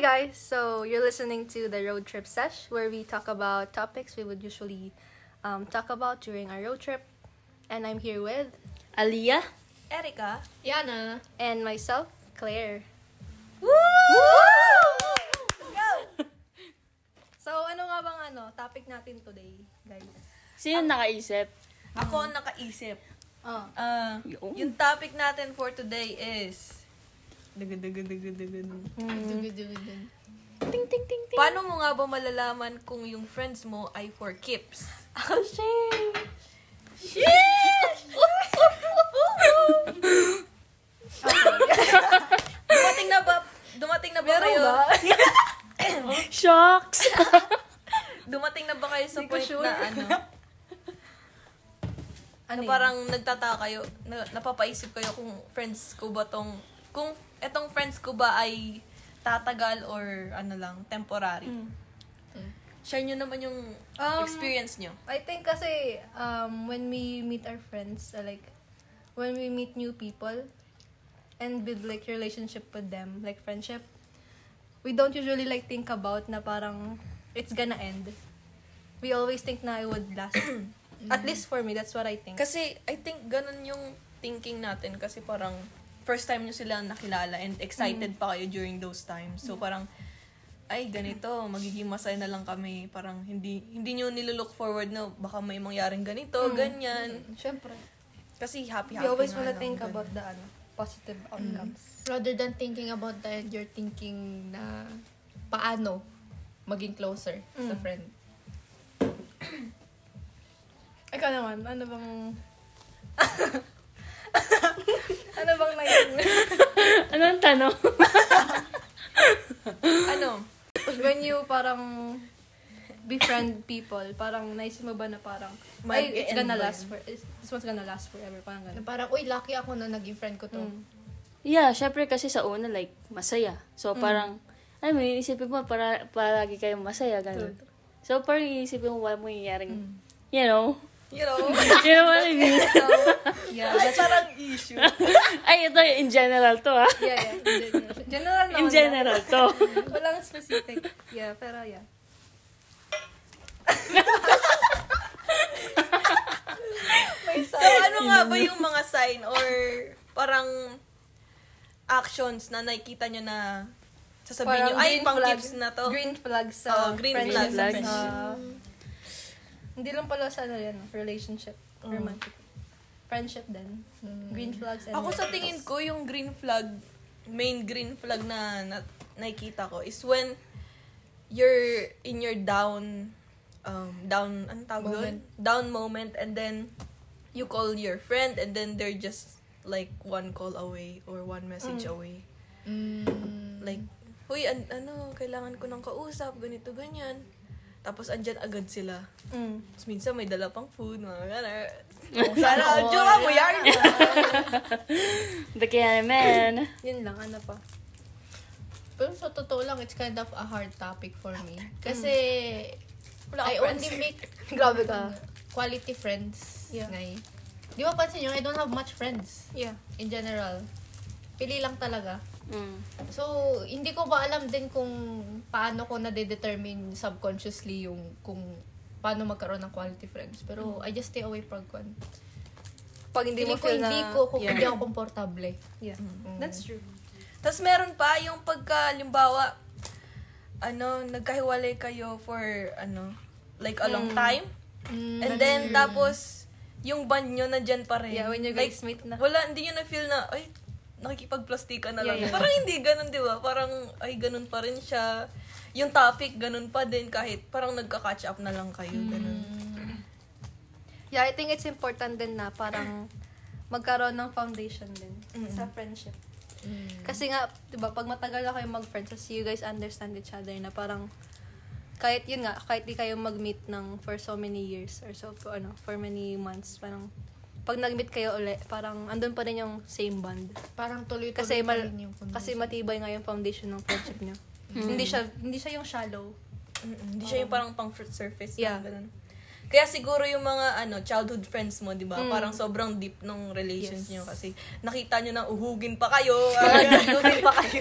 guys. So you're listening to the road trip sesh, where we talk about topics we would usually um, talk about during our road trip. And I'm here with Aliyah? Erica. Yana. and myself, Claire. Woo! Go! So ano nga bang ano topic natin today, guys? Sino yung nakaisip? Ako ang nakaisip. Oh, Ah, Yun. yung topic natin for today is... Dugu, dugu, dugu, dugu, dugu. Dugu-dugu-dun. Hmm. Ting, ting, ting, ting. Paano mo nga ba malalaman kung yung friends mo ay for keeps? Oh, shit. Dumating na ba? Dumating na ba kayo? Shocks! Dumating na ba kayo sa Hindi ko point sure. na ano? ano na yun? Ano, parang nagtataka kayo, na, napapaisip kayo kung friends ko ba tong, kung etong friends ko ba ay tatagal or ano lang, temporary. Share nyo naman yung Um, experience nyo. I think kasi um, when we meet our friends, uh, like when we meet new people and build like relationship with them, like friendship, we don't usually like think about na parang it's gonna end. We always think na it would last. At least for me, that's what I think. Kasi I think ganun yung thinking natin kasi parang first time nyo sila nakilala and excited pa kayo during those times. So parang ay ganito, magiging masaya na lang kami. Parang hindi hindi niyo nilolook forward na baka may mangyaring ganito, ganyan. Siyempre. Kasi happy happy. We always nga wanna lang, think ganun. about the ano, positive outcomes. Rather than thinking about the end, you're thinking na paano maging closer sa friend. Ikaw naman, ano bang... ano bang nai- Anong tanong? ano? when you parang befriend people, parang naisip mo ba na parang, May ay, it's end gonna ba last for, it's- this one's gonna last forever, parang Na ganun. parang, uy, lucky ako na naging friend ko to. yeah, syempre kasi sa una, like, masaya. So, parang, alam mo, iisipin mo, para, palagi kayong masaya, ganun. So, parang iisipin mo, wala mo yangyaring, you know? You know? you know what I mean? yeah, that's parang issue. Ay, ito, in general to, ha? Yeah, yeah. in general. General naman. In general to. yeah. Walang specific. Yeah, pero yeah. So, ano nga ba yung mga sign or parang actions na nakikita nyo na sasabihin nyo, ay, green pang flag- tips na to. oh, Green flags sa Oo, green friendship, flags sa sa- friendship. hindi lang pala sa ano yan, relationship, romantic. Friendship din. Green flags and Ako sa tingin ko, yung green flag, main green flag na, na nakikita ko is when you're in your down, um, down, anong tawag doon? Down moment and then you call your friend and then they're just like one call away or one message away. Mm. Like, huy, an- ano, kailangan ko ng kausap, ganito, ganyan. Tapos, andyan agad sila. Mm. Tapos, minsan may dala pang food, mga gano'n. Sana, jowa mo yan! The man. Yun lang, ano pa. Pero sa totoo lang, it's kind of a hard topic for me. Kasi, Wala I akong only friends. make Grabe ka. quality friends. Yeah. Ngay. Di ba pansin nyo, I don't have much friends Yeah. in general. Pili lang talaga. Mm. So, hindi ko ba alam din kung paano ko nade-determine subconsciously yung kung paano magkaroon ng quality friends. Pero, I just stay away from one. Pag hindi Hindi mo ko, feel na... Mm. hindi ko, kung yeah. hindi ako komportable. Yeah. That's true. Tapos, meron pa yung pagka, limbawa, ano, nagkahiwalay kayo for, ano, like a long time. Mm, And then, tapos, yung band nyo nandyan pa rin. Yeah, when you like, guys meet na. wala, hindi nyo na-feel na, ay, nakikipagplastikan na lang. Yeah, yeah. Parang hindi ganun, di ba? Parang, ay, ganun pa rin siya. Yung topic, ganun pa din kahit parang nagka-catch up na lang kayo. Hmm. Ganun. Yeah, I think it's important din na parang magkaroon ng foundation din sa friendship. Kasi nga, 'di ba, pag matagal na kayo mag-friends, so you guys understand each other na parang kahit yun nga, kahit di kayo mag-meet ng for so many years or so for ano, for many months, parang pag nag-meet kayo uli, parang andun pa rin yung same bond. Parang tuloy-tuloy Kasi pa mal- rin yung kasi matibay nga yung foundation ng friendship niyo. Hindi siya hindi siya yung shallow. Mm-mm, Hindi siya yung parang pang fruit surface. Yeah. Yeah. Ganun. Kaya siguro yung mga ano childhood friends mo, 'di ba? Parang sobrang deep nung relations niyo kasi nakita niyo na uhugin pa kayo, ah, uhugin pa kayo.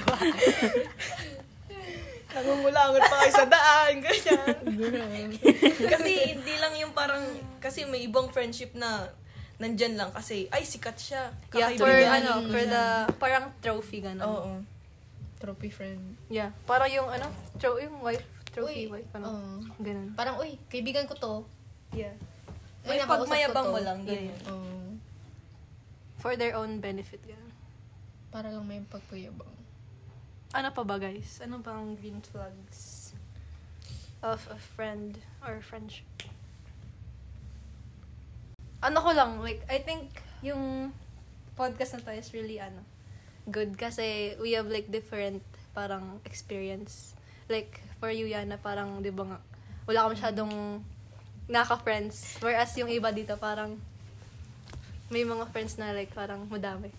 Nangungulangot pa kayo sa daan, ganyan. kasi hindi lang yung parang, kasi may ibang friendship na nandyan lang kasi, ay, sikat siya. Yeah, Kakaibigan. for, ano, ko for siya. the, parang trophy, Oo. gano'n. Trophy friend. Yeah. Parang yung, ano, tro- yung wife, trophy Uy, oh. wife, ano. oo. Ganun. Parang, uy, kaibigan ko to. Yeah. May Uy, nakausap ko pagmayabang to. Um, mo lang, ganyan. Oo. For their own benefit, gano'n. para lang may pagpuyabang. Ano pa ba, guys? Ano bang green flags of a friend or friendship? Ano ko lang, like, I think yung podcast na to is really, ano, good kasi we have, like, different parang experience. Like, for you, Yana, parang, di ba nga, wala ka masyadong naka-friends. Whereas yung iba dito, parang, may mga friends na, like, parang madami.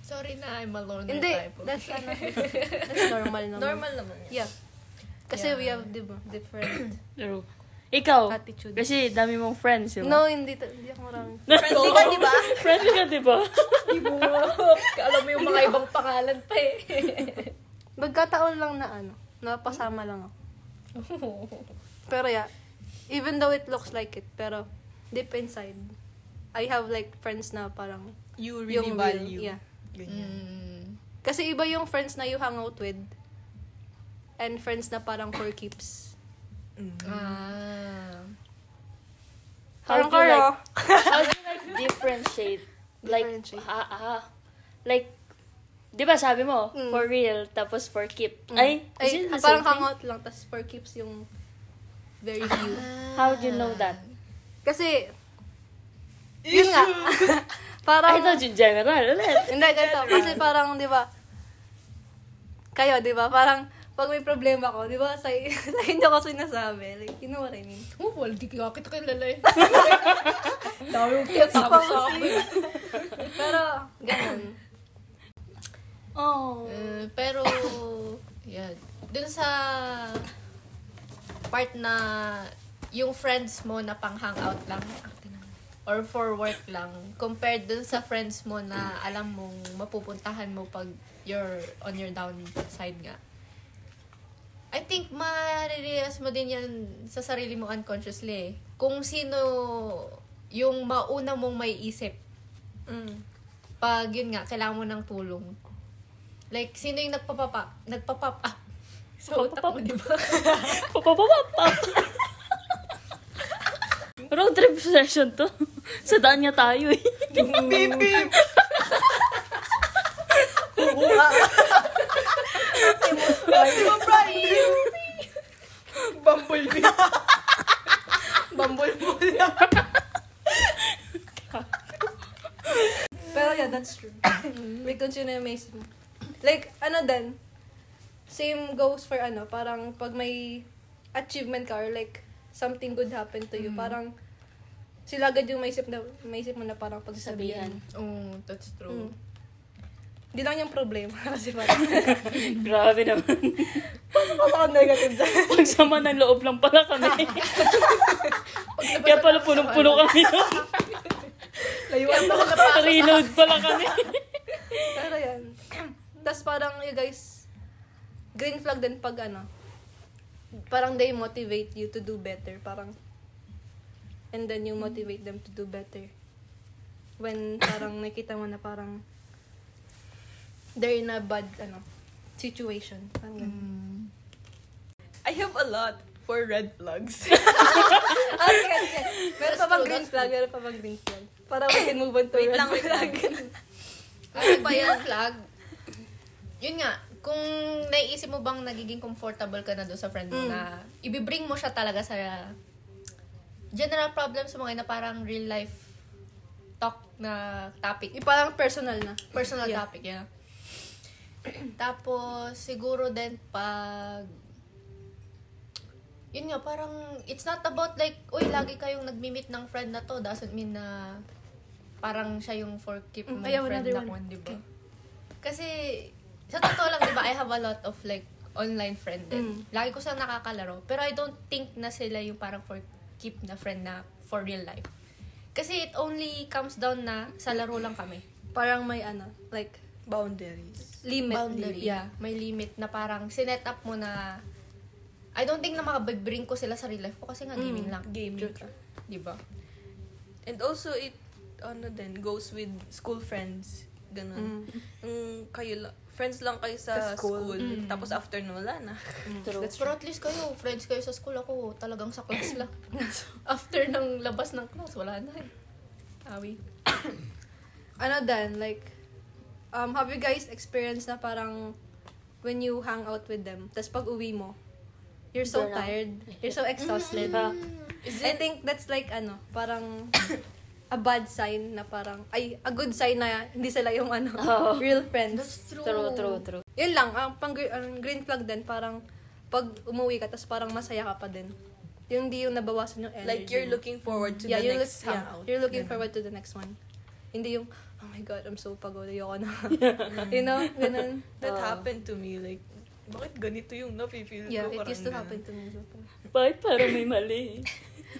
Sorry na, I'm a loner Hindi, type. of- that's, ano, that's normal naman. Normal naman yan. Yeah. Kasi Yeah. we have diba, different True. Ikaw, attitudes. Oh. kasi diba? dami mong friends, di no, ba? hindi, ta- hindi ako marami. Friendly ka, di ba? Friends ka, di ba? Alam mo yung mga ibang pangalan pa eh. Magkataon lang na ano, napasama lang ako. Pero yeah, even though it looks like it, pero deep inside, I have like friends na parang You really yung real, value. yeah. Ganyan. mm, Kasi iba yung friends na you hang out with and friends na parang for keeps. Mm. ah. How Parang do you kayo. like- How do you like differentiate? Like, Differentiate. ha, ha, like, di ba sabi mo, Mm. for real, tapos for keep. Mm. Ay, Ay, is it the parang same thing? hang out lang, tas for keeps yung very few. How do you know that? Kasi, yun nga. parang, Ay, ito, general, ulit. Hindi, ganito. Kasi parang, di ba, kayo, di ba, parang, pag may problema ko, di ba, sa, sa inyo ko sinasabi. Like, you know what I mean? Oh, well, di kaya kita kilala eh. Dami yung kinatago sa akin. Pero, ganun. Oh. Eh, pero, yan. Dun sa part na yung friends mo na pang hangout lang or for work lang compared dun sa friends mo na alam mong mapupuntahan mo pag you're on your downside nga. I think marirealize mo din yan sa sarili mo unconsciously eh. Kung sino yung mauna mong may isip Mm. pag yun nga, kailangan mo ng tulong. Like, sino yung nagpapapa, nagpapap up? Sa utak mo, di ba? Papapapapap. Road trip session to. Sa daan niya tayo eh. Beep, beep. Kuha. Ate mo, Brian. Bumblebee. Bumblebee. Pero yeah, that's true. may continue yung amazing. Like, ano din, same goes for ano, parang pag may achievement ka or like, something good happened to you, parang, sila agad yung maisip, na, maisip mo na parang pagsasabihan. Sabihan. Oo, Oh, that's true. Mm. Di lang yung problema kasi parang, Grabe naman. pasok ako negative dyan. Pagsama ng loob lang pala kami. Pag nabasa- Kaya pala punong-puno kami. Layuan mo. Reload pala kami. Pero yan. Tapos parang, you guys, green flag din pag ano, parang they motivate you to do better. Parang, and then you motivate them to do better. When parang nakita mo na parang, they're in a bad, ano, situation. Parang ganun. Mm. I have a lot for red flags. Ah, okay, okay. Meron pa That's bang true, green that's flag? Meron pa bang green flag? Para we can move on to Wait red lang, wait lang. flag. Ano ba yan? flag? Yun nga, kung naiisip mo bang nagiging comfortable ka na doon sa friend mo Mm. na ibibring mo siya talaga sa general problems mo ngayon na parang real life talk na topic. Yung parang personal na. personal Yeah. topic, yeah. Tapos, siguro din pag... Yun nga, parang it's not about like, uy, lagi kayong nagmi-meet ng friend na to. Doesn't mean na parang siya yung for keep Mm, mo ayaw, friend another na one. one, di ba? Kasi, sa totoo lang, di ba, I have a lot of like online friend Mm. din. Lagi ko silang nakakalaro. Pero I don't think na sila yung parang for keep na friend na for real life. Kasi it only comes down na sa laro lang kami Parang may ano, like, Boundaries. limit. boundary. Yeah, may limit na parang sinet up mo na I don't think na makabring ko sila sa real life ko kasi nga gaming lang. Gaming ka. Di ba? And also, it, ano din, goes with school friends. Ganun. Yung kayo lang, friends lang kayo Mm. sa, Sa school. school. Mm. Tapos after nun, wala na. True. That's Pero at least kayo, friends kayo sa school. Ako talagang sa class lang. After ng labas ng class, wala na eh. Awi. ano then, like, um, have you guys experienced na parang when you hang out with them, tas pag uwi mo, you're so Burnout. tired, you're so exhausted. Ah, I think that's like, ano, parang a bad sign na parang, ay, a good sign na hindi sila yung ano, Oo. real friends. True. true, true, true. Yun lang, ang pang ang green flag din, parang pag umuwi ka, tas parang masaya ka pa din. Yung di yung nabawasan yung energy. Like, you're mo. looking forward to the you're next look- yeah, hangout. you're looking Ganun. forward to the next one. Hindi yung, oh my God, I'm so pagod. Ayoko na. you know? Ganun. That Oo. happened to me. Like, bakit ganito yung Ah. nafe-feel Yeah, ko? it Parang used to ganun. happen to me. before. Bakit parang may mali?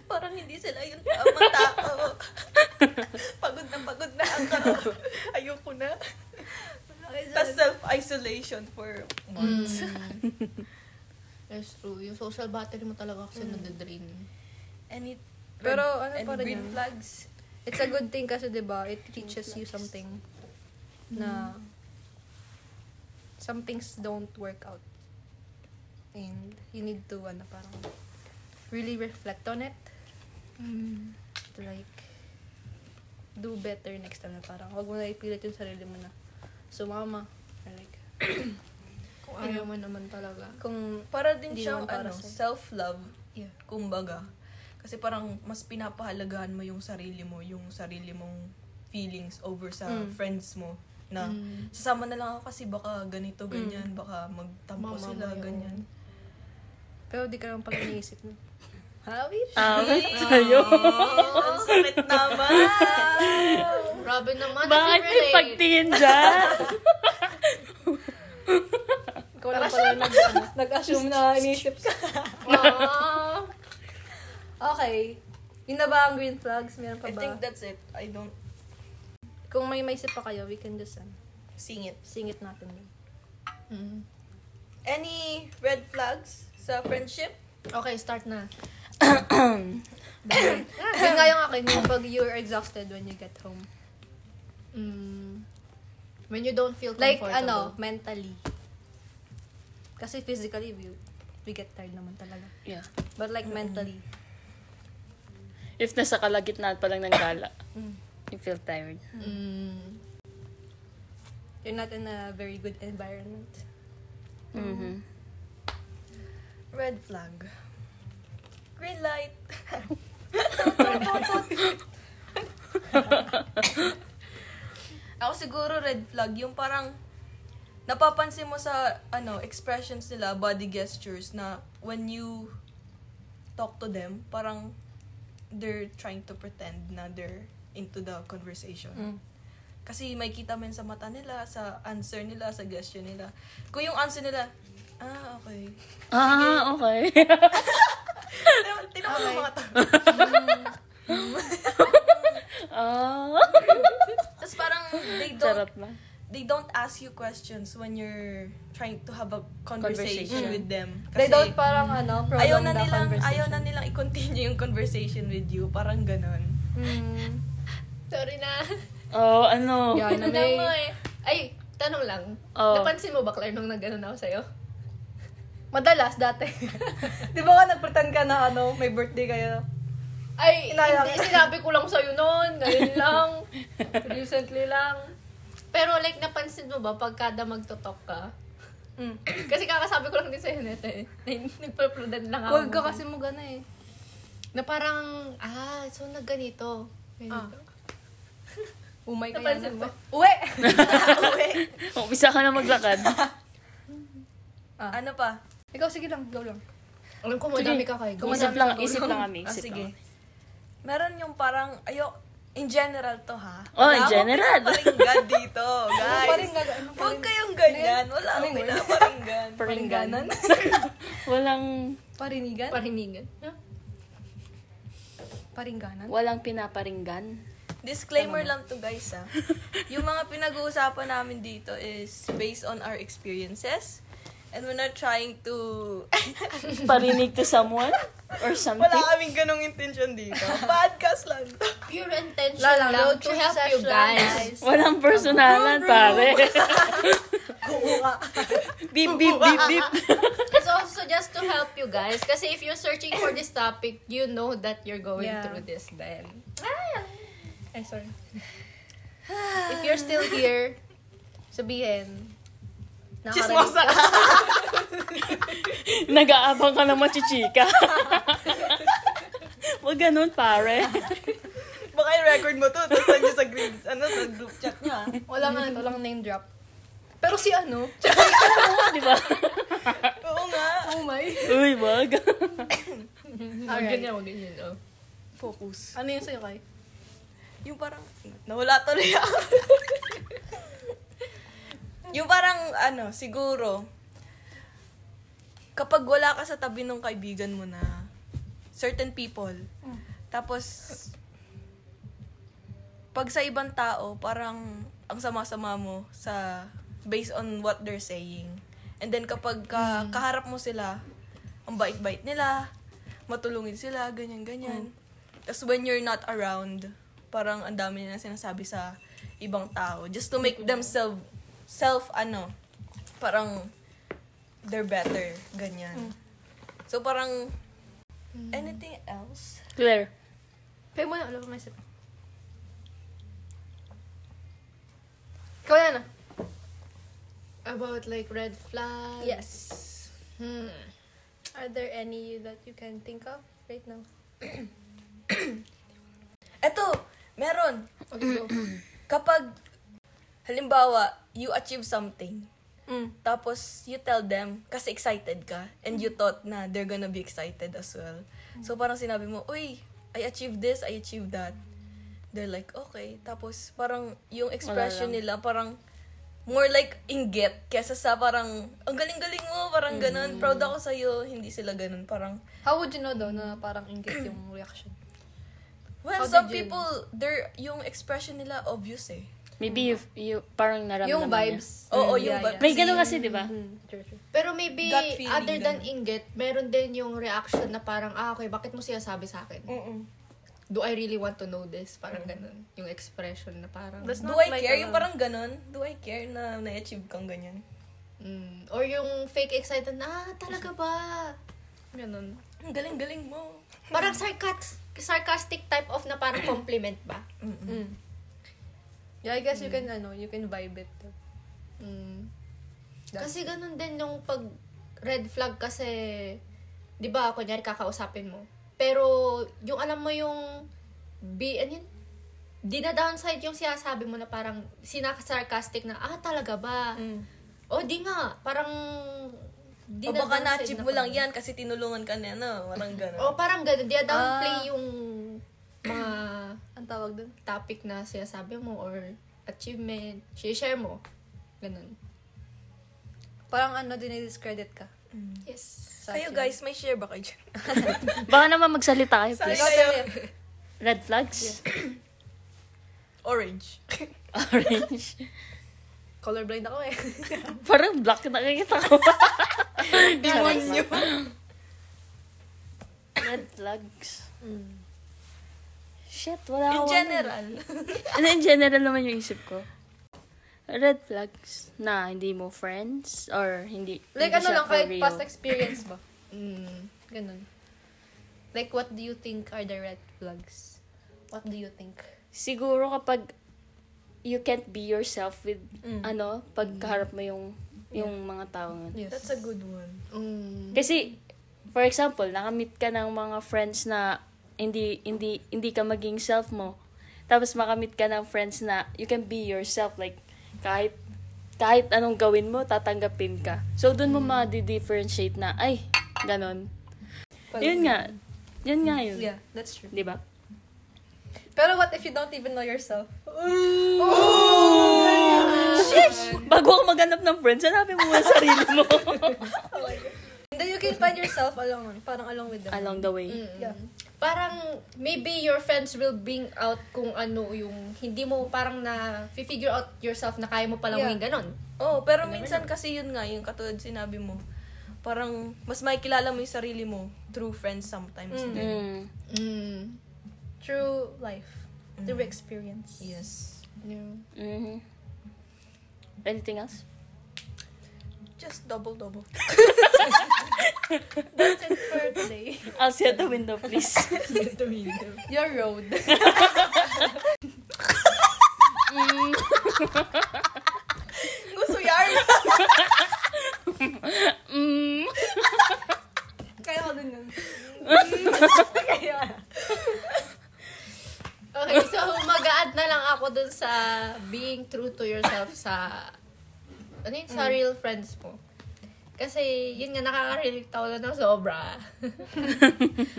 Parang hindi sila yung tama tao. pagod na pagod na ako. Ayoko na. Tapos self-isolation for Mm. months. That's true. Yung social battery mo talaga kasi nadadrain. Any Pero ano any pa rin green yan? flags? It's a good thing kasi, di ba, it teaches you something na some things don't work out. And you need to, ano, parang really reflect on it. to like do better next time na parang wag mo na ipilit yung sarili mo na sumama or like Kung ayaw mo naman talaga. kung Para din Hindi siyang naman para ano, sa'yo. self-love, Yeah. kumbaga. Kasi parang mas pinapahalagahan mo yung sarili mo, yung sarili mong feelings over sa Mm. friends mo na Mm. sasama na lang ako kasi baka ganito, Mm. ganyan, baka magtampo Mamamayo. sila, ganyan. pero di ka lang pag iniisip na Hawish! Ah, wait sa'yo. Oh, ang sakit naman! Grabe naman. Bakit may relate. pagtingin dyan? Ikaw lang pala nag, ano, nag-assume na iniisip ka. Ah. Okay. Yun na ba ang green flags? Meron pa I ba? think that's it. I don't Kung may maisip pa kayo, we can just ano, sing it. sing it natin. Mm. Any red flags sa friendship? Okay, start na. Yun nga yung akin, yung pag you're exhausted when you get home. Mm. When you don't feel Like, ano, comfortable. mentally. Kasi physically, we, we get tired naman talaga. yeah. But like mentally, If nasa kalagitnaan pa lang ng gala, Mm. you feel tired. Mm. you're not in a very good environment. Mhm. Red flag. Green light. Ako siguro red flag yung parang napapansin mo sa ano expressions nila, body gestures na when you talk to them, parang they're trying to pretend na they're into the conversation. Kasi may kita mo yun sa mata nila, sa answer nila, sa gesture nila. Kung yung answer nila, ah, okay. Ah, okay. Diba? Tinawag mo mga tao. ah, Tapos parang they don't sarap na. they don't ask you questions when you're trying to have a conversation, Conversation. with them. They don't parang ano, prolong ayaw na the nilang conversation. ayaw na nilang i-continue yung conversation with you, parang ganun. Mm. Sorry na. Oh, ano? Yeah, Ano na na may... mo eh. Ay, tanong lang. Oh. Napansin mo ba, Claire, nung nag-ano na ako sa'yo? Madalas dati. Di ba ka nagpretend ka na ano, may birthday kayo? Ay, Inaya hindi. ka. Sinabi ko lang sa'yo noon. Ngayon lang. Recently lang. Pero like, napansin mo ba pagkada magtotok ka? Mm. Kasi kakasabi ko lang din sa'yo nito eh. Nagpa-prudent lang ako. Cold ka kasi mo gana eh. Na parang, ah, so nagganito. Ganito. Oh Umay ka Napansin mo? ano na. Uwe! Umpisa ka na maglakad. Ah. Ano pa? Ikaw, sige lang, go lang. Ah. Alam ko, madami ka kayo. Isip lang, isip lang kami. Ah, Isip sige. Lang. Meron yung parang ayo in general to ha. Oh, Wala in akong general. pinaparinggan dito, guys. Paringgan, ano, Huwag kayong ganyan. Wala akong pinaparinggan. Paringganan? Walang, Parinigan? Pariningan. Huh? Paringganan? walang pinaparinggan. Disclaimer lang to guys ah. Yung mga pinag-uusapan namin dito is based on our experiences And we're not trying to... Parinig to someone or Wala something. kaming ganung intention dito. Podcast lang. Pure intention Wala lang, lang, road to trip help you session, guys. Walang personalan, pare. Kuha. beep, beep, beep, beep. It's also just to help you guys. Kasi if you're searching for this topic, you know that you're going Yeah. through this then. Ay, sorry. If you're still here, sabihin. nakakarinig- Chismosa ka. Nag-aabang ka na machichika. Huwag ganun, pare. Baka yung record mo to. Tapos send nyo sa green, ano, sa group chat niya. Walang ano, walang name drop. Pero si ano? Di ba? Oo nga. Oh my. Uy, wag. Huwag Alright. ganyan, huwag ganyan. Oh. Focus. Ano yun sa'yo, Kai? Yung parang, nawala tuloy ako. yung parang, ano, siguro, kapag wala ka sa tabi ng kaibigan mo na certain people, tapos, pag sa ibang tao, parang ang sama-sama mo sa based on what they're saying. And then kapag ka, kaharap mo sila, ang bait-bait nila, matulungin sila, ganyan-ganyan. Tapos when you're not around, parang ang dami nila sinasabi sa ibang tao. Just to make themselves, self, ano, parang they're better, ganyan. So parang, anything else? Claire. Kaya mo na, wala pa may isip. Ikaw na na. About like red flags. Yes. Hmm. Are there any that you can think of right now? Eto, meron. Okay, go. kapag halimbawa you achieve something Mm. tapos you tell them kasi excited ka Mm. and you thought na they're gonna be excited as well so parang sinabi mo uy I achieved this I achieved that they're like okay tapos parang yung expression lang. nila parang more like inggit kesa sa parang ang galing-galing mo parang Mm. ganun proud ako sa hindi sila ganun parang How would you know though na parang inggit yung reaction? How well did some you- people their yung expression nila obvious eh Maybe you, you parang naramdaman yung niya. vibes. oo Mm, yung yeah, but yeah. May ganun kasi, di ba? Mm, true, true. Pero maybe, Gut feeling, other than ganun. inggit, meron din yung reaction na parang, ah, okay, bakit mo siya sabi sa akin? Do I really want to know this? Parang ganun. Yung expression na parang... That's Do not I like care? ano. Yung parang ganun. Do I care na na-achieve kang ganyan? Mm. Or yung fake excited na, ah, talaga ba? Ganun. Ang galing-galing mo. Parang sarcas- sarcastic type of na parang compliment ba? Mm. Yeah, I guess you Mm. can ano, you can vibe it. Mm. That's- Kasi ganun din yung pag red flag kasi, di ba, kunyari kakausapin mo. Pero yung alam mo yung, be, ano yun? Di na downside yung sinasabi mo na parang sinaka-sarcastic na, ah, talaga ba? O di nga, parang, di Mm. o baka downside Oh, na-achieve mo lang parang- yan kasi tinulungan ka niya, no? Parang ganun. O parang ganun, di na downplay Ah. yung mga Ang tawag dun? topic na sinasabi mo or achievement, share mo. Ganun. Parang ano, dinidiscredit ka. Yes. Sa Kayo achievement. guys, may share ba kayo dyan? Baka naman magsalita kayo, Sorry please. Ikaw, kayo. Belle. Red flags? Orange. Orange. Colorblind ako eh. Parang black na nakikita ko. Demonyo. Red flags. Shit, wala In akong- general. Ano in general naman yung isip ko? Red flags na hindi mo friends or hindi like hindi ano siya lang, for kahit real. past experience ba? Mm. Ganun. Like, what do you think are the red flags? What do you think? Siguro kapag you can't be yourself with Mm. ano, pagkaharap mo yung yung mga tao nga. Yes. That's a good one. Mm. Kasi for example, nakamit ka ng mga friends na hindi hindi hindi ka maging self mo. Tapos makamit ka ng friends na you can be yourself like kahit kahit anong gawin mo, tatanggapin ka. So doon mo ma-differentiate na ay ganon. Yun nga. Yun nga yun. Yeah, that's true. Di ba? Pero what if you don't even know yourself? Bago ako maghanap ng friends, hanapin mo muna sarili mo. And then you can find yourself along, parang along with them. Along the way. Yeah. Mm. parang maybe your friends will bring out kung ano yung hindi mo parang na figure out yourself na kaya mo palang Yeah. maging ganon. Oh, pero minsan kasi yun nga, yung katulad sinabi mo, parang mas makikilala mo yung sarili mo through friends sometimes. din. Mm. Mm. Through life. Through experience. Yes. Yeah. Mhm. Anything else? Just double-double. That's it for today. I'll see at the window, please. Your road. Mm. Gusto yari! Mm. Kaya ko dun nun. Okay, so mag-add na lang ako dun sa being true to yourself sa ano yun, sa real friends mo. Kasi yun nga nakaka-relate ako na ng sobra.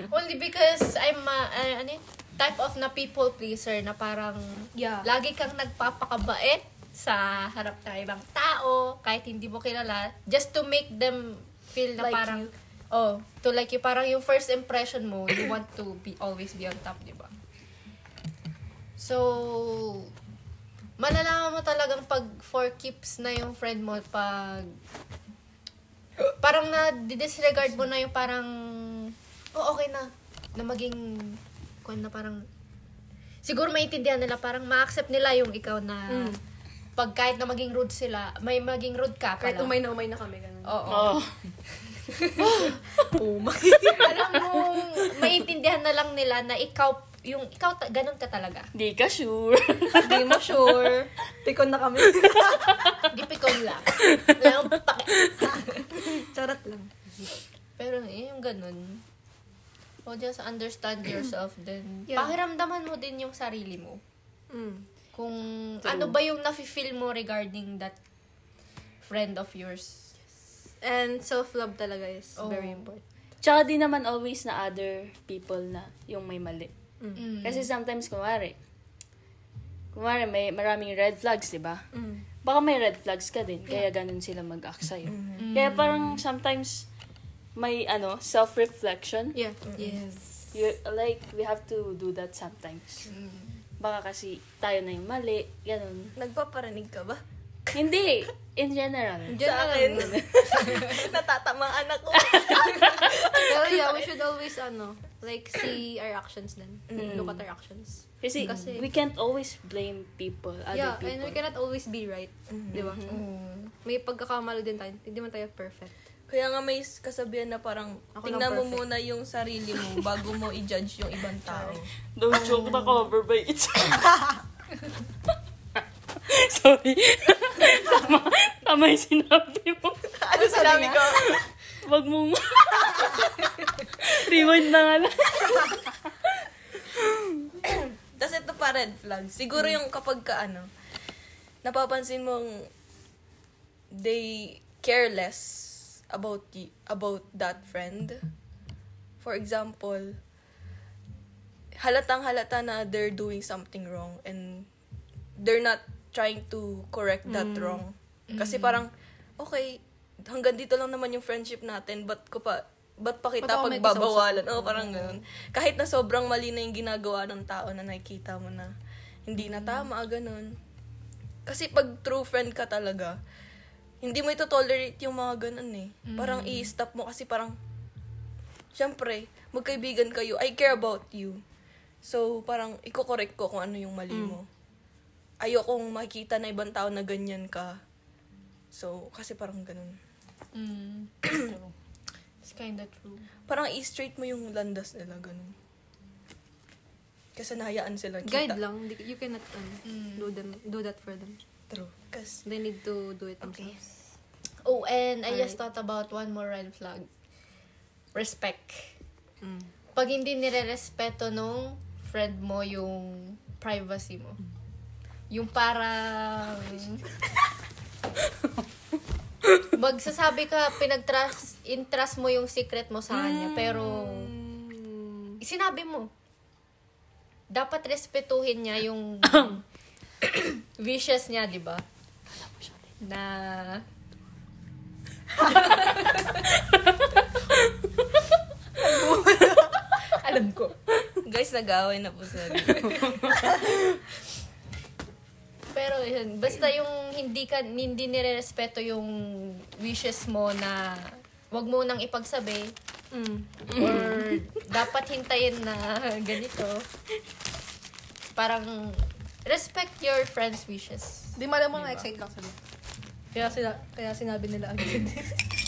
Only because I'm a, a- ano yun, type of na people pleaser na parang Yeah. lagi kang nagpapakabait sa harap ng ibang tao kahit hindi mo kilala just to make them feel na Like parang oh, to like you parang yung first impression mo, you want to be always be on top, di ba? So, malalaman mo talagang pag for keeps na yung friend mo pag parang na disregard mo na yung parang oh okay na na maging kung na parang siguro maintindihan nila parang ma-accept nila yung ikaw na Mm. pag kahit na maging rude sila may maging rude ka Kahit pala. umay na umay na kami, ganun. Oo. Oh. Alam mo, maintindihan na lang nila na ikaw, yung ikaw, ta- ganun ka talaga. Di ka sure. Hindi mo sure. Tikon na kami. Dipikon lang. Walang pake. Charot lang. Pero eh, yung ganun. O just understand yourself then. Yeah. Pakiramdaman mo din yung sarili mo. Mm. Kung ano ba yung nafe-feel mo regarding that friend of yours. And self-love talaga is Oh. very important. Tsaka di naman always na other people na yung may mali. Mm. Kasi sometimes, kumari, kumari may maraming red flags, di ba? Mm. Baka may red flags ka din, kaya ganun sila mag-act sa'yo. Mm-hmm. Kaya parang sometimes, may ano, self-reflection. Yeah. Yes. You, like, we have to do that sometimes. Mm. Baka kasi tayo na yung mali, ganun. Nagpaparinig ka ba? Hindi! In general. Diyan Sa na akin. lang. Natatamaan ako. Pero yeah, we should always, ano, like, see our actions then. Look at our actions. Kasi, Kasi- we can't always blame people, other yeah, people. Mm-hmm. and we cannot always be right. Di ba? May pagkakamali din tayo. Hindi man tayo perfect. Kaya nga may kasabihan na parang Ako lang tingnan mo perfect. muna yung sarili mo bago mo i-judge yung ibang tao. Don't joke na cover by itself. Sorry. tama, tama yung sinabi mo. ano sinabi ko? Wag mong... Rewind na nga lang. Tapos ito pa red flag. Siguro yung kapag ka ano, napapansin mong they care less about y- about that friend. For example, halatang halata na they're doing something wrong and they're not trying to correct that wrong. Kasi parang, okay, hanggang dito lang naman yung friendship natin, ba't ko pa, ba't pa Ba't kita ako may pagbabawalan? Oo, parang ganun. Kahit na sobrang mali na yung ginagawa ng tao na nakikita mo na hindi na tama, ganun. Kasi pag true friend ka talaga, hindi mo ito tolerate yung mga ganun eh. Parang i-stop mo kasi parang, syempre, magkaibigan kayo, I care about you. So, parang, iko-correct ko kung ano yung mali Mm. mo. Ayokong makita na ibang tao na ganyan ka. So, kasi parang ganun. Mm. It's kinda true. Parang i-straight mo yung landas nila, ganun. Kasi nahayaan sila. Kita. Guide lang. Hindi- You cannot um, Mm. do them do that for them. True. Kasi, They need to do it Okay. themselves. Oh, and I just Alright. thought about one more red flag. Respect. Mm. Pag hindi nire-respeto nung friend mo yung privacy mo. Yung parang... Magsasabi ka, pinag-trust, in-trust mo yung secret mo sa kanya, pero sinabi mo. Dapat respetuhin niya yung wishes niya, di ba? Na... Alam ko. Guys, nag-aaway na po sila. Pero yun, basta yung hindi ka hindi nirerespeto yung wishes mo na wag mo nang ipagsabi Mm. or dapat hintayin na ganito. Parang respect your friends' wishes. Di malam mo na-excite lang sila. Kaya, sila, kaya sinabi nila agad.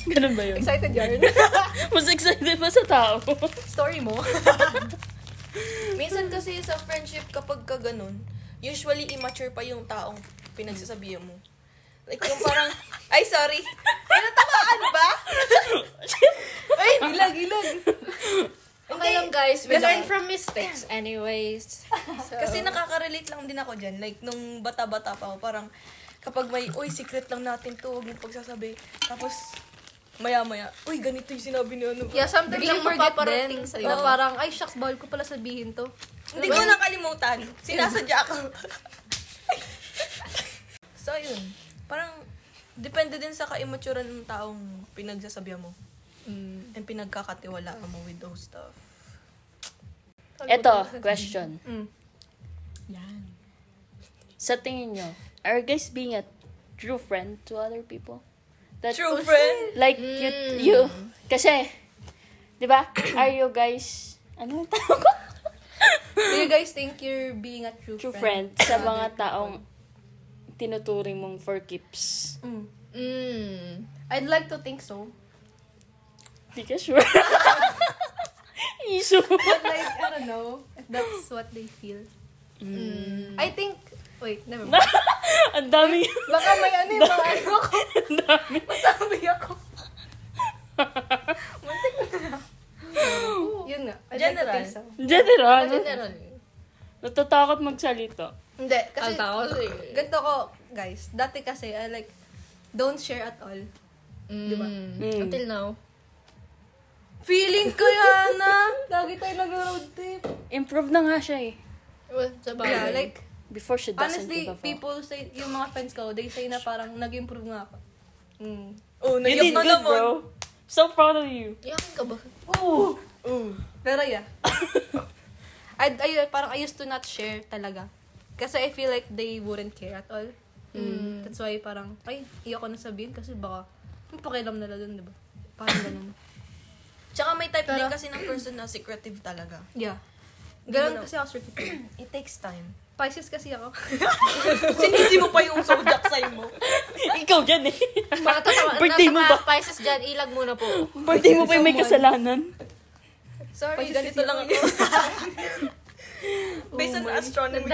Ganun ba yun? Excited yarn. Mas excited pa sa tao. Story mo. Minsan kasi sa friendship, kapag ka ganun, usually immature pa yung taong pinagsasabihan mo. Like yung parang, ay sorry, ay natamaan ba? ay, gilag, gilag. Okay lang guys, we Kasi- learn from mistakes anyways. Kasi nakaka-relate lang din ako dyan. Like, nung bata-bata pa ako, parang kapag may, uy, secret lang natin to, huwag mong pagsasabi. Tapos, maya-maya, uy, ganito yung sinabi ni ano. yeah, sometimes you Biglang forget din. mapaparating Diba? sa'yo. Na parang, ay, shucks, bawal ko pala sabihin to. Hindi ko nakalimutan. Sinasadya ako. so, yun. Parang, depende din sa kaimmature ng taong pinagsasabihan mo. Mm. And pinagkakatiwalaan mo with those stuff. Eto, question. Mm. Yan. Sa tingin nyo, are you guys being a true friend to other people? That, True friend? Like, you, you, kasi, di ba, are you guys, ano yung tawag ko? Do you guys think you're being a true, True friend? friend sa mga taong tinuturing mong for keeps. Mm. Mm. I'd like to think so. Di ka sure. Issue. But like, I don't know if that's what they feel. I think, wait, never mind. Ang dami. Baka may ano yung mga ano ko. Ang dami. Masabi ako. Yun nga. I'd like to General. think so. General. General. Natatakot magsalita. Hindi, kasi oh, Kasi, tao, eh. ganito ko, guys. Dati kasi, I like, don't share at all. Mm. Diba? Mm. Until now. Feeling ko yan ah. Lagi tayo nag-road trip. Improve na nga siya eh. Well, sa bagay. Yeah, like, Before she doesn't honestly, give a fuck. people say, yung mga friends ko, they say na parang nag-improve nga ako. Mm. Oh, you naiyak did na good, naman. bro. So proud of you. Yakin ka ba? Ooh. Pero yeah. I, I, parang I used to not share talaga. Kasi I feel like they wouldn't care at all. Mm. That's why parang, ay, iyo ko na sabihin kasi baka, may pakialam nila dun, di ba? Parang ganun. Tsaka may type Pero- din kasi ng person na secretive talaga. Yeah. Ganun kasi ako certificate. It takes time. Pisces kasi ako. Sinisi mo pa yung zodiac sign mo. Ikaw dyan eh. Mga tatawa, Birthday mo ba? nasa mga Pisces dyan, ilag muna po. Birthday mo pa yung may kasalanan. Sorry, Uy, ganito lang ako. Based on astronomy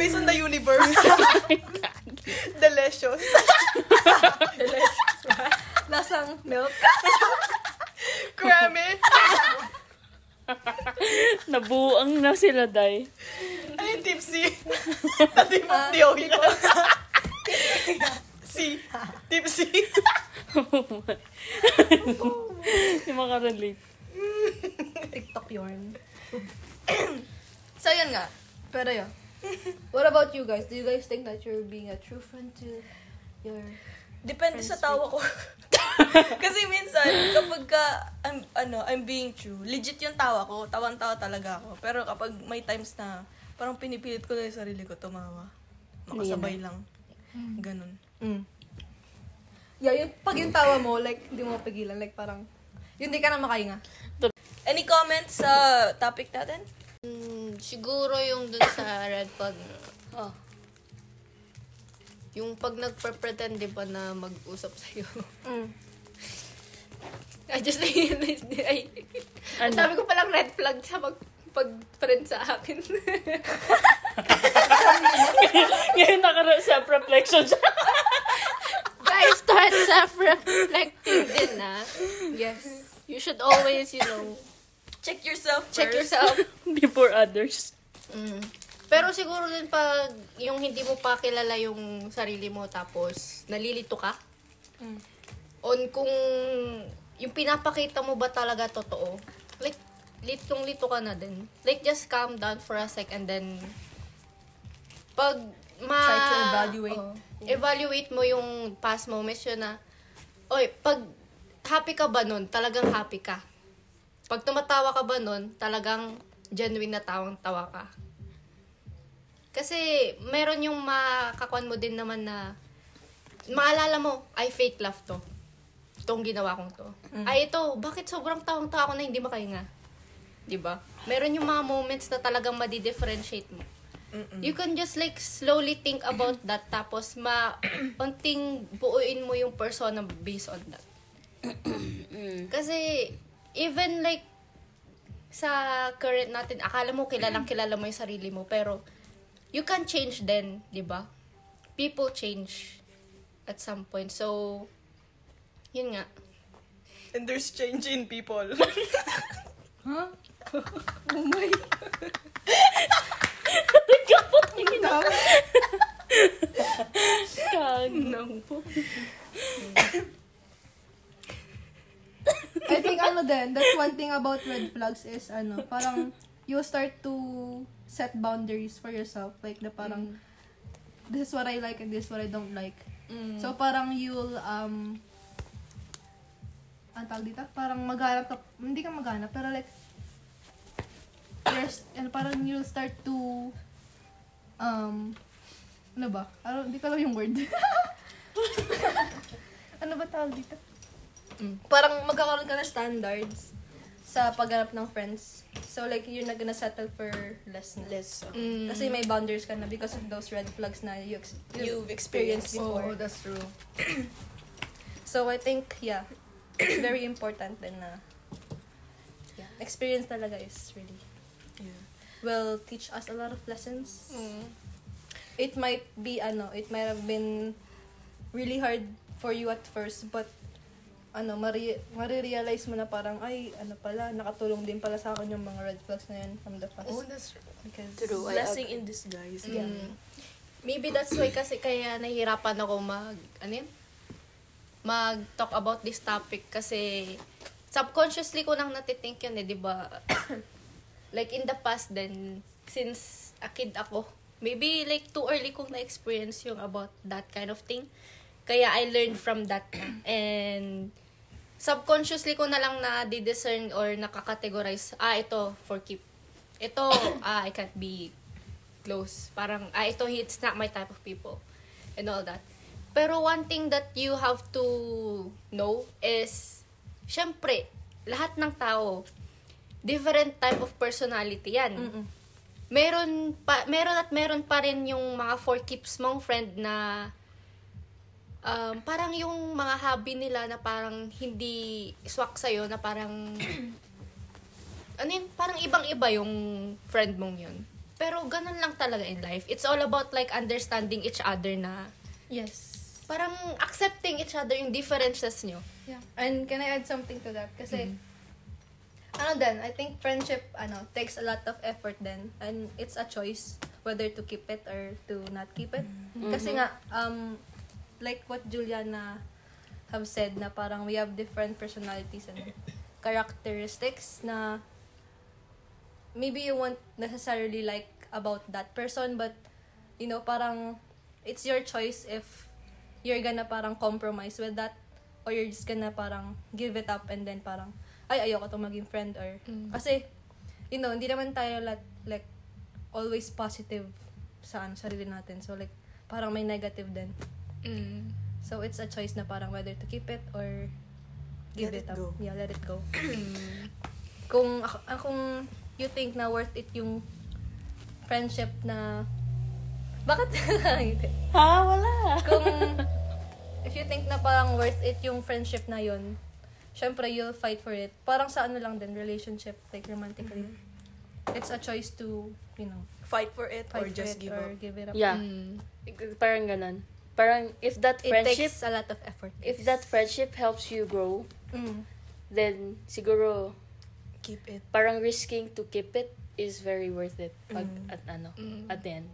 Based on the universe. Delicious. Lasang milk. Grammy. Nabuang na sila, Day. Ay, tipsy. The tip of the oil. Si. Tipsy. Hindi makarelate. TikTok yarn. So, yun nga. Pero yeah. What about you guys? Do you guys think that you're being a true friend to your... Depende sa tawa ko. Kasi minsan, kapag ka, I'm, ano, I'm being true, legit yung tawa ko. Tawang-tawa talaga ako. Pero kapag may times na, parang pinipilit ko na yung sarili ko, tumawa. Makasabay lang. Ganun. Mm. Yeah, yung, pag yung tawa mo, like, hindi mo mapigilan. Like, parang, yun, di ka na makahinga. Any comments sa topic natin? Mm, siguro yung dun sa red flag, Oh. yung pag nagpre-pretend, di ba, na mag-usap sa'yo. Mm. I just realized, ay, Ano? sabi ko palang red flag sa mag pag-friend sa akin. Ngayon nakaroon sa reflection siya. Guys, start self-reflecting din, na. Yes. You should always, you know, Check yourself first. check yourself. Before others. Mm. Pero siguro din pag yung hindi mo pa kilala yung sarili mo tapos nalilito ka. Mm. On kung yung pinapakita mo ba talaga totoo. Like, litong lito ka na din. Like, just calm down for a sec and then pag ma... Try to evaluate. Oo. evaluate mo yung past moments yun na, oy, pag happy ka ba nun? Talagang happy ka. Pag tumatawa ka ba nun, talagang genuine na tawang-tawa ka. Kasi meron yung makakwan mo din naman na maalala mo, ay fake laugh to. Itong ginawa kong to. Ay ito, bakit sobrang tawang-tawa ko na hindi makahinga? 'Di ba? Meron yung mga moments na talagang madi-differentiate mo. You can just like slowly think about that tapos ma unting buuin mo yung persona based on that. Kasi even like sa current natin, akala mo kilalang kilala mo yung sarili mo pero you can change then, 'di ba? People change at some point. So yun nga. And there's change in people. Kag. I think ano din, that's one thing about red flags is ano, parang you start to set boundaries for yourself. Like na parang, this is what I like and this is what I don't like. Mm. So parang you'll, um, ang tawag dito? Parang maghanap ka, hindi ka maghanap, pero like, there's, and parang you'll start to, um, ano ba? Ano, hindi ko alam yung word. ano ba tawag dito? Mm. Parang magkakaroon ka ng standards sa paghanap ng friends. So, like, you're not gonna settle for less na. Less. oh. Mm. Kasi may boundaries ka na because of those red flags na you ex- you You've experienced. before. Oh, that's true. So, I think, yeah, it's very important din na yeah, experience talaga is really Yeah. will teach us a lot of lessons. Mm. It might be ano, it might have been really hard for you at first, but ano, mari marirealize mo na parang, ay, ano pala, nakatulong din pala sa akin yung mga red flags na yun from the past. Oh, that's true. Because, True. I Blessing in disguise. Yeah. Mm. Maybe that's why kasi kaya nahihirapan ako mag, ano yun? Mag talk about this topic kasi subconsciously ko nang natitink yun eh, di ba? like in the past then, since a kid ako, maybe like too early kong na-experience yung about that kind of thing. Kaya I learned from that. And subconsciously ko na lang na discern or nakakategorize, ah, ito, for keep. Ito, ah, I can't be close. Parang, ah, ito, it's not my type of people. And all that. Pero one thing that you have to know is, syempre, lahat ng tao, different type of personality yan. Meron pa meron at meron pa rin yung mga for keeps mong friend na um, parang yung mga hobby nila na parang hindi swak sa'yo, na parang, ano yun, parang ibang-iba yung friend mong yun. Pero ganun lang talaga in life. It's all about like understanding each other na yes. parang accepting each other yung differences nyo. Yeah. And can I add something to that? Kasi, ano din, I think friendship, ano, takes a lot of effort din. And it's a choice whether to keep it or to not keep it. Kasi nga, um, like what Juliana have said na parang we have different personalities and characteristics na maybe you won't necessarily like about that person but you know parang it's your choice if you're gonna parang compromise with that or you're just gonna parang give it up and then parang ay ayoko to maging friend or kasi you know hindi naman tayo like, like always positive sa ano, sarili natin so like parang may negative din so it's a choice na parang whether to keep it or give it, Let it up go. yeah let it go kung ak- ah, kung you think na worth it yung friendship na bakit Hindi. Ha? Wala. kung if you think na parang worth it yung friendship na yun syempre you'll fight for it parang sa ano lang din relationship like romantically it's a choice to you know Fight for it fight for Mm-hmm. or just it give or up. give it up Yeah. Parang ganun. Parang if that it friendship, takes a lot of effort if that friendship helps you grow, Mm. then siguro Keep it. parang risking to keep it is very worth it pag Mm. at ano at the end.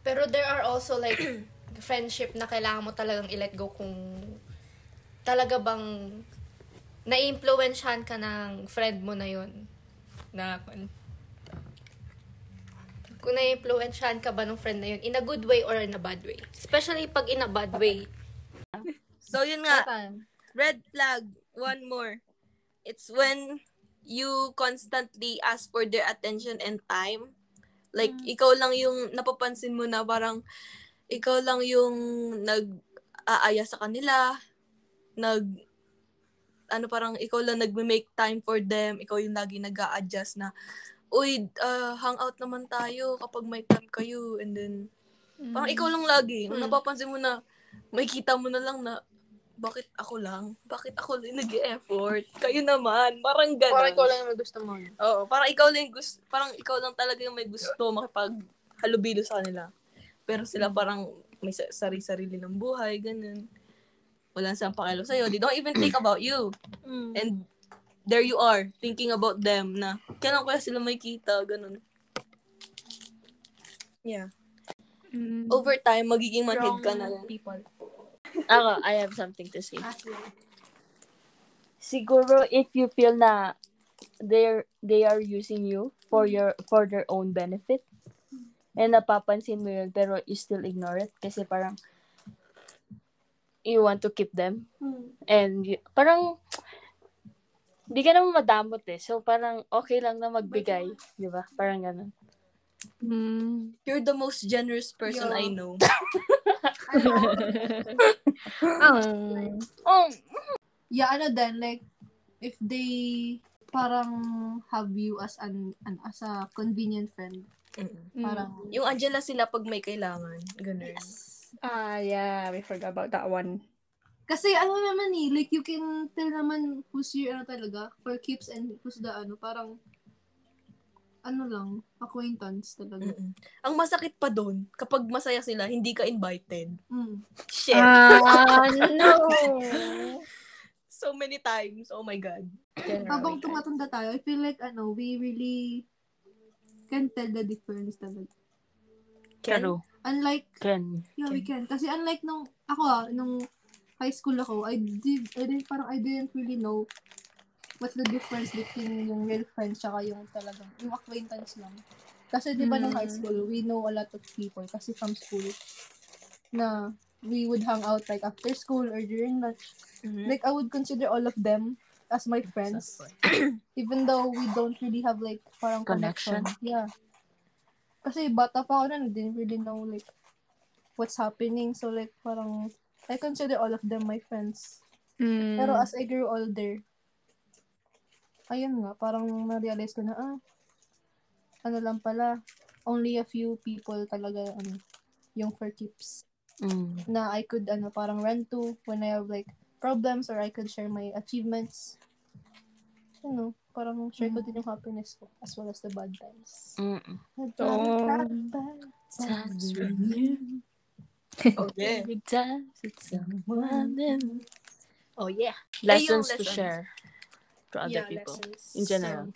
Pero there are also like friendship na kailangan mo talagang i-let go kung talaga bang na-influensyahan ka ng friend mo na yon na kung na-influensyahan ka ba ng friend na yun in a good way or in a bad way especially pag in a bad way So yun nga, red flag, one more. It's when you constantly ask for their attention and time. Like, ikaw lang yung napapansin mo na parang ikaw lang yung nag-aaya sa kanila, nag ano parang ikaw lang nagme-make time for them, ikaw yung lagi nag adjust na uy, ah, hangout naman tayo kapag may time kayo and then parang ikaw lang lagi. Napapansin mo na makikita mo na lang na bakit ako lang? Bakit ako lang nag-effort? Kayo naman. Parang ganun. Parang ko lang yung gusto mo. Oo, parang ikaw lang yung gusto, parang ikaw lang talaga yung may gusto makipaghalubilo sa kanila. Pero sila parang may sa- sarili-sarili ng buhay, ganun. Wala silang pakialam sa'yo. They don't even think about you. Mm. And there you are, thinking about them na kailan kaya sila makikita, ganun. Yeah. Mm. Over time, magiging manhid ka na lang. people. Ako, I have something to say. Siguro if you feel na they're they are using you for your for their own benefit and napapansin mo yun pero you still ignore it kasi parang you want to keep them and you- parang di ka naman madamot eh so parang okay lang na magbigay di ba parang ganun You're the most generous person I know. Oh, Yeah, ano din, like, if they parang have you as an, an as a convenient friend. Mm. Parang, Yung andyan na sila pag may kailangan. Ganun. Ah, yeah. We forgot about that one. kasi ano naman eh, like, you can tell naman who's your, ano talaga, for keeps and who's the, ano, parang, ano lang, acquaintance talaga. Mm-mm. Ang masakit pa doon, kapag masaya sila, hindi ka invited. Mm. Shit. Ah, no! so many times. Oh my God. Habang tumatanda tayo, I feel like, ano, we really can tell the difference talaga. pero Unlike can Yeah, we can. Kasi unlike nung, ako ah, nung high school ako, I did, I didn't, parang I didn't really know what's the difference between yung real friends tsaka yung talagang, yung acquaintance lang. Kasi di ba nung high school, we know a lot of people kasi from school na we would hang out like after school or during lunch. Like I would consider all of them as my friends. even though we don't really have like parang connection. Connection. Yeah. Kasi bata pa ako na, didn't really know like what's happening. So like parang I consider all of them my friends. Pero as I grew older, ayun nga, parang na-realize ko na, ah, ano lang pala, only a few people talaga, ano, yung for keeps mm, na I could, ano, parang run to when I have, like, problems or I could share my achievements. Ano, parang share ko din yung happiness ko as well as the bad times. mm, Bad, Oh. bad, bad, bad. Okay. Every time it's someone in- Oh, yeah. Lessons Ayun, to lessons. share to other people in general.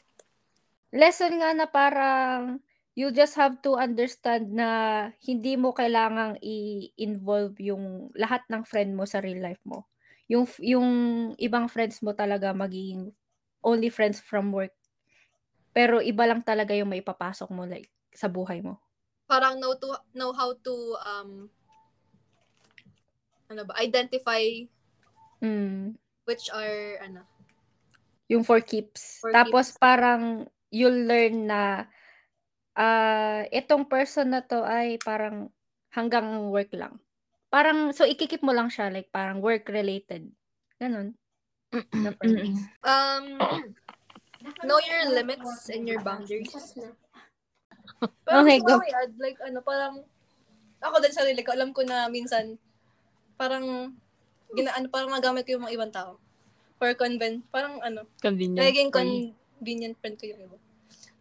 Lesson nga na parang you just have to understand na hindi mo kailangang i-involve yung lahat ng friend mo sa real life mo. Yung f- yung ibang friends mo talaga magiging only friends from work. Pero iba lang talaga yung may papasok mo like sa buhay mo. Parang know to know how to um ano ba identify Mm. which are ano Yung for keeps. For Tapos keeps. parang you'll learn na ah itong person na to ay parang hanggang work lang. Parang, so ikikip mo lang siya, like parang work-related. Ganon. Na friend. um know your limits and your boundaries. Pero Okay, gusto ko go. add, like, ano, parang, ako din sarili ko, alam ko na minsan, parang, ginaano, parang nagamit ko yung mga ibang tao. For conven, parang ano, Convenient. naging for you. convenient friend ko yung iba.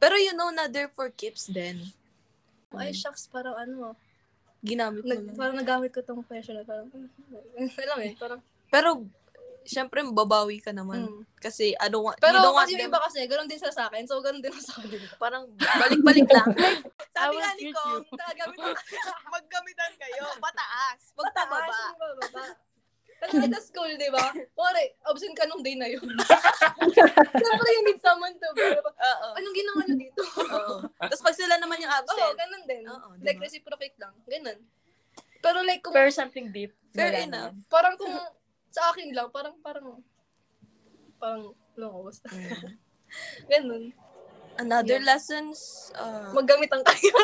Pero you know na they're for keeps then. Ay, Mm. shucks, parang ano, Ginamit mo nag, lang. parang nagamit ko tong question na parang, alam eh, parang, Pero, syempre, babawi ka naman. Kasi, I don't want, Mm. pero you don't want kasi yung them- iba kasi, ganun din sila sa akin, so ganun din ako sa kanila. parang balik-balik lang. Sabi I nga will ni treat Kong, gagamitan maggamitan kayo, pataas, wag pababa. Kasi sa school, di ba? Pare, absent ka nung day na yun. Siyempre, you need someone to. Pero, Oo. anong ginawa niyo dito? Oo. Tapos pag sila naman yung Oo, absent, ganun din. Oo, diba? Like, reciprocate lang. Ganun. Pero like, kung, Pero something deep. fair Wala enough. naman. parang kung sa akin lang, parang, parang, parang, Loko, basta. Ganun. Another lessons, uh, Maggamit ang kayo.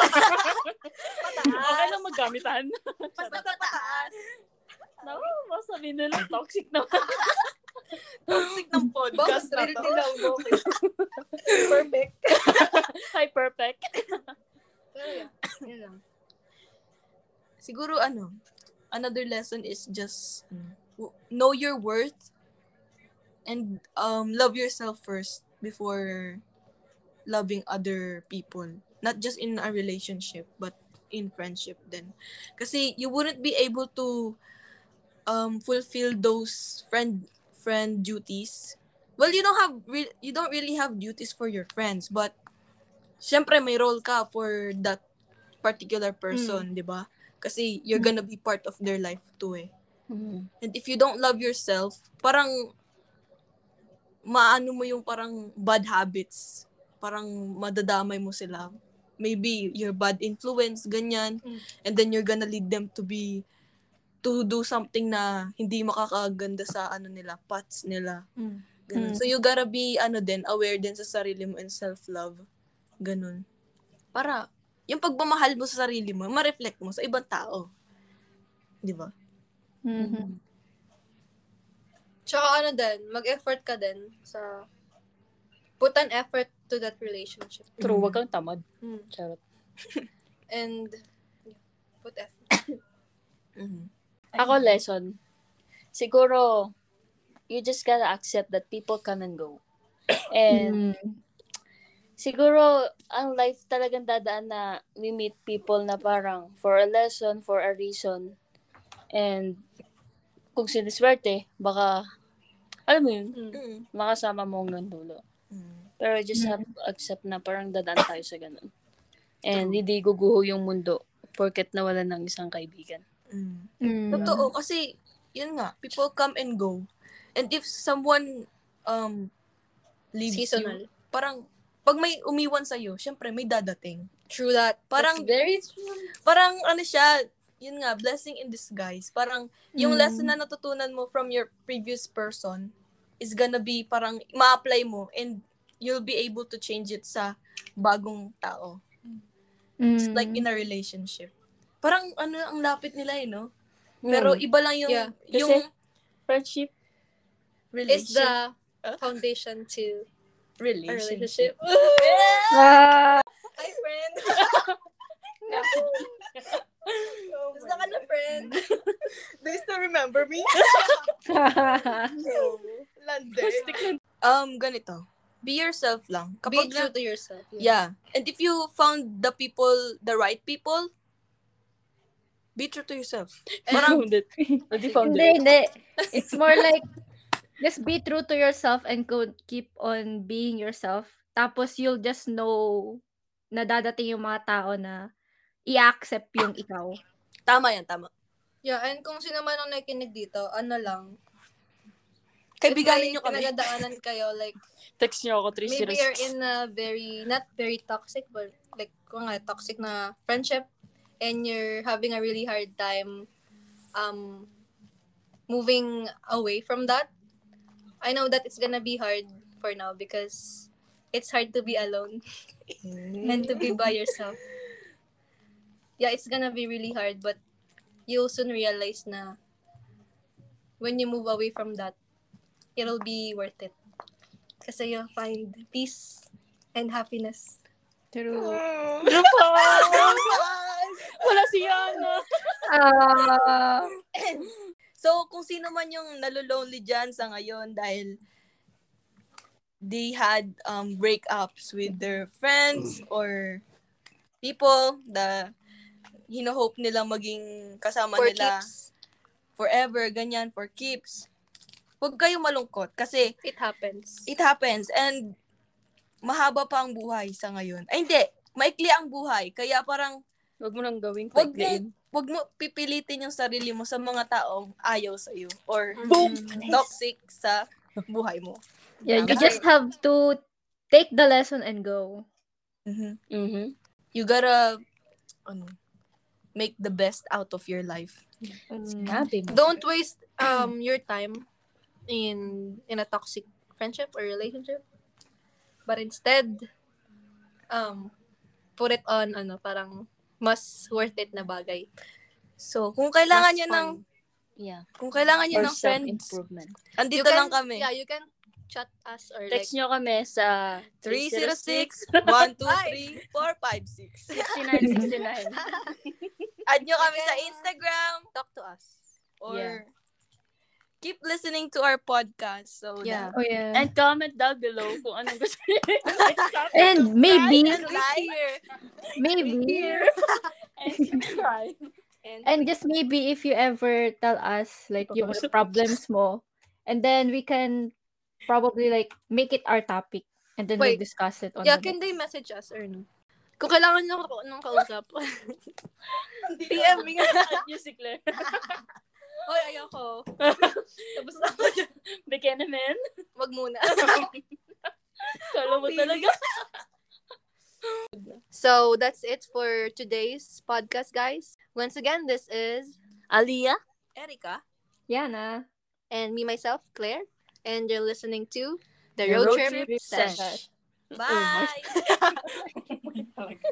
Okay lang maggamitan. basta pataas. Naku, baka sabihin nila, toxic naman. Toxic ng podcast na to. lang. Okay. Perfect. Hi, perfect. Pero yun, yun lang. Siguro ano, another lesson is just ano, w- know your worth and um love yourself first before loving other people. Not just in a relationship, but in friendship then. Kasi you wouldn't be able to um fulfill those friend friend duties. Well, you don't have re- you don't really have duties for your friends, but syempre may role ka for that particular person, 'di ba? Kasi you're gonna be part of their life too eh. Hmm. And if you don't love yourself, parang maano mo yung parang bad habits. Parang madadamay mo sila. Maybe your bad influence, ganyan. And then you're gonna lead them to be to do something na hindi makakaganda sa ano nila, paths nila. Ganun. So you gotta be ano din, aware din sa sarili mo and self-love. Ganun. Para yung pagmamahal mo sa sarili mo, ma-reflect mo sa ibang tao. 'Di ba? Tsaka ano din, mag-effort ka din sa... Put an effort to that relationship. True, wag kang tamad. Mm. Charot. And, yeah, put effort. Mhm. Ako, lesson. Siguro, you just gotta accept that people come and go. And, Mm-hmm. siguro, ang life talagang dadaan na we meet people na parang for a lesson, for a reason. And, kung siniswerte, baka, alam mo yun, Mm. makasama mo hanggang dulo. Pero just Mm-hmm. have to accept na parang dadaan tayo sa ganun. And hindi guguho yung mundo porket nawala ng isang kaibigan. Mm. Mm. Totoo kasi yun nga, people come and go. And if someone um leaves Seasonal. you, parang pag may umiwan sa iyo, syempre may dadating. True that. Parang Very parang ano siya, yun nga, blessing in disguise. Parang Mm. yung lesson na natutunan mo from your previous person is gonna be parang ma-apply mo and you'll be able to change it sa bagong tao. Mm. Just like in a relationship. Parang ano, ang lapit nila eh, no? Pero Mm. iba lang yung, Yeah. Kasi- yung friendship is relationship. the foundation to a relationship. Ah, Hi, friend! Gusto ka na, friend. Do you still remember me? Lande. um, ganito. Be yourself lang. Be Kapag true na, to yourself. yeah. And if you found the people, the right people, be true to yourself. Parang, found it. Hindi found hindi, it. hindi. It's more like, just be true to yourself and go, keep on being yourself. Tapos you'll just know na dadating yung mga tao na i-accept yung ikaw. tama yan, tama. Yeah, and kung sino man ang nakikinig dito, ano lang. Kaibiganin nyo kami. Pinagadaanan kayo, like, Text niyo ako maybe you're 306. in a very, not very toxic, but like, kung nga, toxic na friendship, and you're having a really hard time um, moving away from that. I know that it's gonna be hard for now because it's hard to be alone and to be by yourself. Yeah, it's gonna be really hard, but you'll soon realize na when you move away from that, it'll be worth it. Kasi you'll find peace and happiness. True. Wala si Yana. Ah, So, kung sino man yung nalolonely dyan sa ngayon dahil they had um, breakups with their friends or people na hinohope nila maging kasama For nila keeps, forever, ganyan, for keeps. Huwag kayong malungkot kasi it happens. it happens and mahaba pa ang buhay sa ngayon. Ay, hindi. Maikli ang buhay. Kaya parang Huwag mo nang gawing Wag mo. paikliin. wag mo pipilitin yung sarili mo sa mga taong ayaw sa iyo or Mm-hmm. toxic sa buhay mo. yeah, you just have to take the lesson and go. Mm-hmm. You gotta ano, make the best out of your life. Mm. Sabi mo. Don't waste um your time in in a toxic friendship or relationship. But instead, um, put it on, ano, parang mas worth it na bagay. So, kung kailangan Mas niyo fun. ng, Yeah. kung kailangan niyo Or ng friends, self-improvement. you Andito can, lang kami. Yeah, you can chat us or Text like, nyo kami sa 306 123 456. 6969. Add nyo kami sa Instagram talk to us. or Yeah. keep listening to our podcast. So Yeah. Oh, yeah. And comment down below kung anong gusto nyo. And maybe, that- like, maybe, And subscribe. and just maybe if you ever tell us like yung problems mo, and then we can probably like make it our topic, and then Wait. we'll discuss it on Yeah, the can they message us or no? Kung kailangan nyo ako nung kausap. PM me nga. At si Claire. Hoy, ayoko. Tapos na ako dyan. Bigyan naman. Wag muna. Kala mo talaga. so, that's it for today's podcast, guys. Once again, this is Aliyah. Erika. Yana. and me myself, Claire, and you're listening to the, The Road, Road Trip, Trip Sesh. Sesh. Bye.